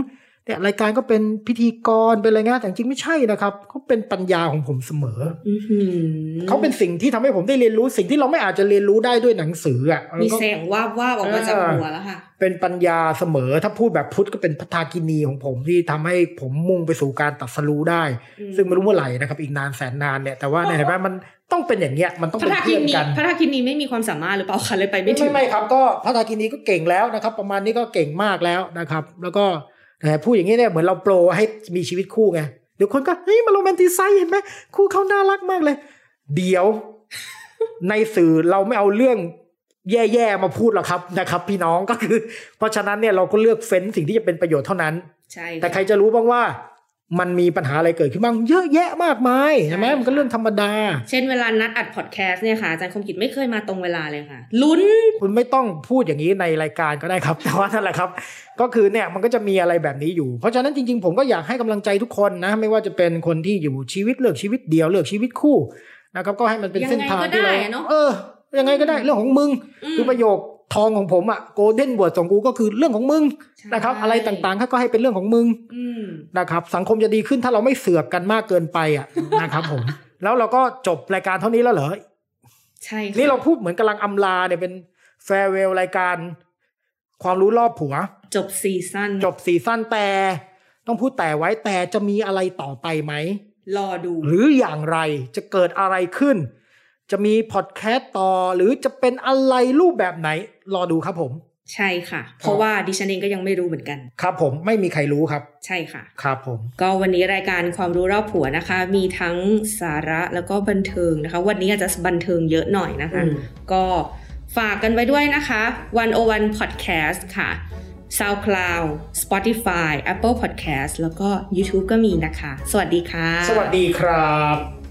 Speaker 3: เนี่ยรายการก็เป็นพิธีกรเป็นอะไรเงี้ยแต่จริงไม่ใช่นะครับเขาเป็นปัญญาของผมเสมอ
Speaker 4: อื้อหือ
Speaker 3: อเขาเป็นสิ่งที่ทำให้ผมได้เรียนรู้สิ่งที่เราไม่อาจจะเรียนรู้ได้ด้วยหนังสืออ่ะ
Speaker 4: มี
Speaker 3: ก็
Speaker 4: แสงวาบวาบๆออกมาจากหัวแล้วค่ะ
Speaker 3: เป็นปัญญาเสมอ ถ้าพูดแบบพุทธก็เป็นพัฒากินีของผมที่ทำให้ผมมุ่งไปสู่การตัดสรู้ได้
Speaker 4: อืม
Speaker 3: ซึ่งไม่รู้เมื่อไหร่นะครับอีกนานแสนนานเนี่ยแต่ว่าเนี่ยเห็นไหมมันต้องเป็นอย่างเงี้ยมันต้อง
Speaker 4: พ
Speaker 3: เป็
Speaker 4: ระ
Speaker 3: น
Speaker 4: ธากิ
Speaker 3: เพื่อน
Speaker 4: นี
Speaker 3: กัน
Speaker 4: พระธากินีไม่มีความสามารถหรือเปล่าคะเลยไปไม่
Speaker 3: ไม่
Speaker 4: ถึ
Speaker 3: ไม่
Speaker 4: ง
Speaker 3: ไม่ครับก็พระธากินีก็เก่งแล้วนะครับ ประมาณนี้ก็เก่งมากแล้วนะครับ แล้วก็แหมพูดอย่างนี้เนี่ยเหมือนเราโปรให้มีชีวิตคู่ไงเดี๋ยวคนก็เฮ้ยมาโรแมนติไซส์เห็นไหมคู่เขาน่ารักมากเลย เดี๋ยว ในสื่อเราไม่เอาเรื่องแย่ๆมาพูดหรอกครับนะครับ พี่น้องก็คือ เพราะฉะนั้นเนี่ยเราก็เลือกเฟ้นสิ่งที่จะเป็นประโยชน์เท่านั้น
Speaker 4: ใช่
Speaker 3: แต่
Speaker 4: ค่ะ
Speaker 3: ใครจะรู้บ้างว่า มันมีปัญหาอะไรเกิดขึ้นบ้างเยอะแยะมากมายใช่ไหม
Speaker 4: ใช่
Speaker 3: มันก็เรื่องธรรมดา
Speaker 4: เช่นเวลานัดอัดพอดแคสต์เนี่ยค่ะอาจารย์คมกิจไม่เคยมาตรงเวลาเลยค่ะ ลุ้น
Speaker 3: คุณไม่ต้องพูดอย่างนี้ในรายการก็ได้ครับ (laughs) แต่ว่านั่นแหละครับ ก็คือเนี่ยมันก็จะมีอะไรแบบนี้อยู่ เพราะฉะนั้นจริงๆ ผมก็อยากให้กำลังใจทุกคนนะ ไม่ว่าจะเป็นคนที่อยู่ชีวิตเลือกชีวิตเดียวเลือกชีวิตคู่นะครับก็ให้มันเป็น
Speaker 4: ยังไง
Speaker 3: เส้นทางที่เรา
Speaker 4: ก็ได้อะเนอะ
Speaker 3: เออยังไงก็ได้เรื่องของมึง
Speaker 4: อืม
Speaker 3: คือประโยคทองของผมอะโกลเด้นบวชของกูก็คือเรื่องของมึง
Speaker 4: ใช่
Speaker 3: นะครับ อะไรต่างๆก็ให้เป็นเรื่องของมึง
Speaker 4: อืม
Speaker 3: นะครับสังคมจะดีขึ้นถ้าเราไม่เสือกกันมากเกินไปอ่ะ (laughs) นะครับผม แล้วเราก็จบรายการเท่านี้แล้วเหรอ
Speaker 4: ใช่ค่ะ
Speaker 3: นี่เราพูดเหมือนกำลังอำลาเนี่ยเป็นแฟร์เวลรายการความรู้รอบผัว
Speaker 4: จบซีซั่น
Speaker 3: จบซีซั่นแต่ ต้องพูดแต่ไว้แต่จะมีอะไรต่อไปไหม
Speaker 4: รอดู
Speaker 3: หรืออย่างไรจะเกิดอะไรขึ้น จะมีพอดแคสต์ต่อหรือจะเป็นอะไรรูปแบบไหน รอดูครับผม
Speaker 4: ใช่ค่ะ เพราะว่าดิฉันเองก็ยังไม่รู้เหมือนกัน
Speaker 3: ครับผมไม่มีใครรู้ครับ
Speaker 4: ใช่ค่ะ
Speaker 3: ครับผม
Speaker 4: ก็วันนี้รายการความรู้รอบผัวนะคะ มีทั้งสาระแล้วก็บันเทิงนะคะ วันนี้อาจจะบันเทิงเยอะหน่อยนะคะ
Speaker 3: อืม
Speaker 4: ก็ฝากกันไว้ด้วยนะคะ101 Podcast ค่ะ SoundCloud Spotify Apple Podcast แล้วก็ YouTube ก็มีนะคะ สวัสดีค่ะ
Speaker 3: สวัสดีครับ